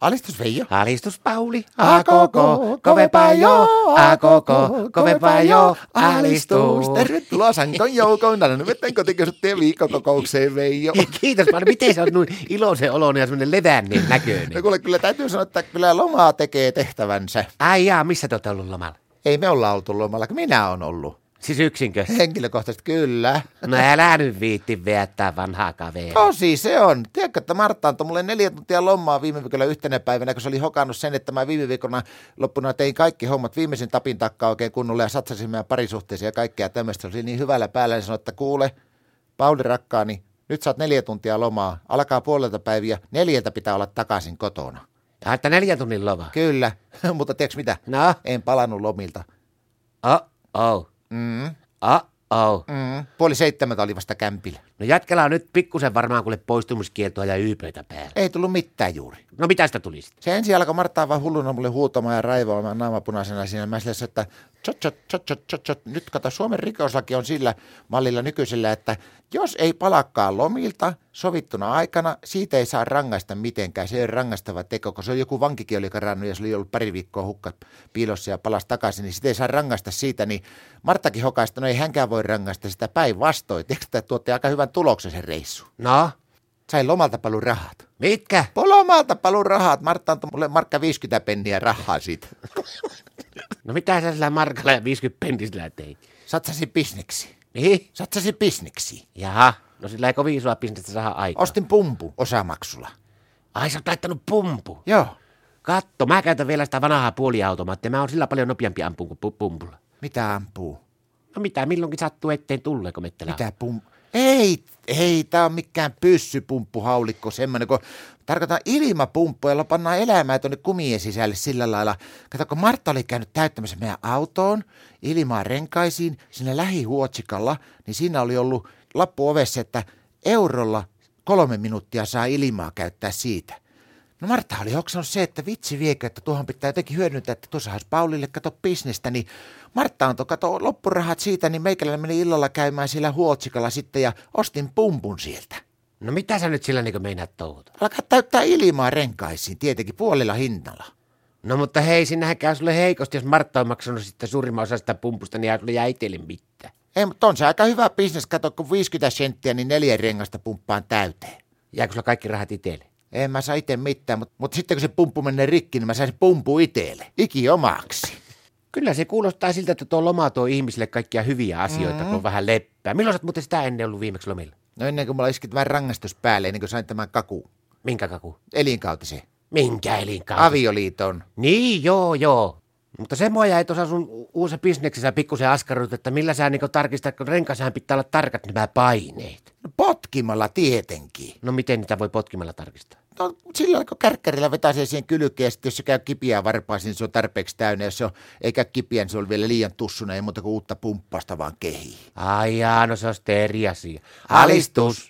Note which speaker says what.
Speaker 1: Alistus Veijo.
Speaker 2: Alistus Pauli,
Speaker 1: A koko, kovempaa jo, a koko, kovempaa jo, alistus. Tervetuloa Sankoin joukoon, Nanometten kotikysyttien viikkokokoukseen Veijo.
Speaker 2: Kiitos paljon. Miten sä oot noin iloisen oloinen ja semmoinen levänneen
Speaker 1: No
Speaker 2: näköinen?
Speaker 1: kuule, kyllä täytyy sanoa, että kyllä lomaa tekee tehtävänsä.
Speaker 2: Ai jaa, missä te ootte ollut lomalla?
Speaker 1: Ei me olla oltu lomalla, kun minä on ollut.
Speaker 2: Siis yksinkö?
Speaker 1: Henkilökohtaisesti kyllä.
Speaker 2: No älä nyt viitti viettää vanhaa kaveria.
Speaker 1: Tosi se on. Tiedätkö, että Martta antoi mulle neljä tuntia lomaa viime viikolla yhtenä päivänä, kun se oli hokannut sen, että mä viime viikona loppuna tein kaikki hommat viimeisen tapin takkaa oikein kunnolla ja satsasin meidän parisuhteisiin ja kaikkea tämmöistä. Se oli niin hyvällä päällä, niin sanoi, että kuule, Pauli rakkaani, nyt saat neljä tuntia lomaa, alkaa puolelta päiviä, neljältä pitää olla takaisin kotona.
Speaker 2: Ai, että neljän tunnin loma.
Speaker 1: Kyllä, mutta tiedätkö mitä?
Speaker 2: No,
Speaker 1: En palannut lomilta.
Speaker 2: oh, oh,
Speaker 1: Mm,
Speaker 2: oh, oh.
Speaker 1: mm. Puoli seitsemältä oli vasta kämpillä.
Speaker 2: No jätkellä on nyt pikkusen varmaan kuule poistumiskieltoa ja yypöitä päällä.
Speaker 1: Ei tullut mitään juuri.
Speaker 2: No mitä sitä tuli sitten?
Speaker 1: Se ensin alkoi Marttaa vaan hulluna mulle huutamaan ja raivoamaan naamapunaisena siinä. Mä sille sanoin, että tjot, tjot, tjot, tjot, tjot, tjot. nyt kato, Suomen rikoslaki on sillä mallilla nykyisellä, että jos ei palakkaa lomilta sovittuna aikana, siitä ei saa rangaista mitenkään. Se ei ole rangaistava teko, kun se on joku vankikin oli karannut ja se oli ollut pari viikkoa hukka piilossa ja palasi takaisin, niin sitä ei saa rangaista siitä. Niin Marttakin hokaista, no ei hänkään voi rangaista sitä päinvastoin. Tiedätkö, että tuotti aika hyvän tuloksen sen reissu.
Speaker 2: No,
Speaker 1: Sain lomalta paljon rahat.
Speaker 2: mitkä?
Speaker 1: Polomalta palun rahat. Martta antoi mulle markka 50 penniä rahaa siitä.
Speaker 2: No mitä sä sillä markalla ja 50 pentisellä teit?
Speaker 1: Satsasin bisneksi.
Speaker 2: Niin?
Speaker 1: Satsasin bisneksi.
Speaker 2: Jaha, no sillä ei kovin isoa bisnestä saada aikaa.
Speaker 1: Ostin pumpu osamaksulla.
Speaker 2: Ai sä oot laittanut pumpu.
Speaker 1: Joo.
Speaker 2: Katto, mä käytän vielä sitä vanhaa puoliautomaattia. Mä oon sillä paljon nopeampi ampuun kuin pu- pumpulla.
Speaker 1: Mitä ampuu?
Speaker 2: No mitä, milloinkin sattuu eteen tulee, kun mettelä
Speaker 1: Mitä pum... Ei, ei, tää on mikään pyssypumppuhaulikko semmonen, kun tarkoitan ilmapumppu, jolla pannaan elämää tuonne kumien sisälle sillä lailla. Kato, kun Martta oli käynyt täyttämässä meidän autoon, ilmaa renkaisiin, siinä lähihuotsikalla, niin siinä oli ollut lappu ovessa, että eurolla kolme minuuttia saa ilmaa käyttää siitä. No Martta oli hoksanut se, että vitsi viekö, että tuohon pitää jotenkin hyödyntää, että tuossa olisi Paulille kato bisnestä, niin Martta antoi kato loppurahat siitä, niin meikäläinen meni illalla käymään siellä huotsikalla sitten ja ostin pumpun sieltä.
Speaker 2: No mitä sä nyt sillä niin meinaat touhuta?
Speaker 1: Alkaa täyttää ilmaa renkaisiin, tietenkin puolella hintalla.
Speaker 2: No mutta hei, sinähän käy sulle heikosti, jos Martta on maksanut sitten suurimman osan sitä pumpusta, niin ei sulle jää itselle mitään.
Speaker 1: Ei, mutta on se aika hyvä bisnes, kato kun 50 senttiä, niin neljä rengasta pumppaan täyteen.
Speaker 2: Jääkö sulla kaikki rahat itselle?
Speaker 1: En mä saa itse mitään, mutta, mutta sitten kun se pumppu menee rikki, niin mä saisin pumpu itelle. Iki omaksi.
Speaker 2: Kyllä se kuulostaa siltä, että tuo loma tuo ihmisille kaikkia hyviä asioita, mm-hmm. kun on vähän leppää. Milloin sä oot muuten sitä ennen ollut viimeksi lomilla?
Speaker 1: No ennen kuin mulla iski tämän rangaistus päälle, ennen kuin sain tämän kaku,
Speaker 2: Minkä kaku?
Speaker 1: elinkautisen.
Speaker 2: Minkä elinkaan?
Speaker 1: avioliiton.
Speaker 2: Niin, joo, joo. Mutta se mua jäi tuossa sun u- uusi bisneksessä pikkusen askarrut, että millä sä niinku tarkistat, kun renkasahan pitää olla tarkat nämä paineet.
Speaker 1: No potkimalla tietenkin.
Speaker 2: No miten niitä voi potkimella tarkistaa?
Speaker 1: No sillä lailla, kun kärkkärillä vetää sen siihen kylkeen, ja sitten jos se käy kipiä varpaisiin, niin se on tarpeeksi täynnä. Jos se on, ei käy kipiä, niin se on vielä liian tussuna, ei muuta kuin uutta pumppausta vaan kehiin.
Speaker 2: Ai jaa, no se on sitten eri asia.
Speaker 1: Alistus.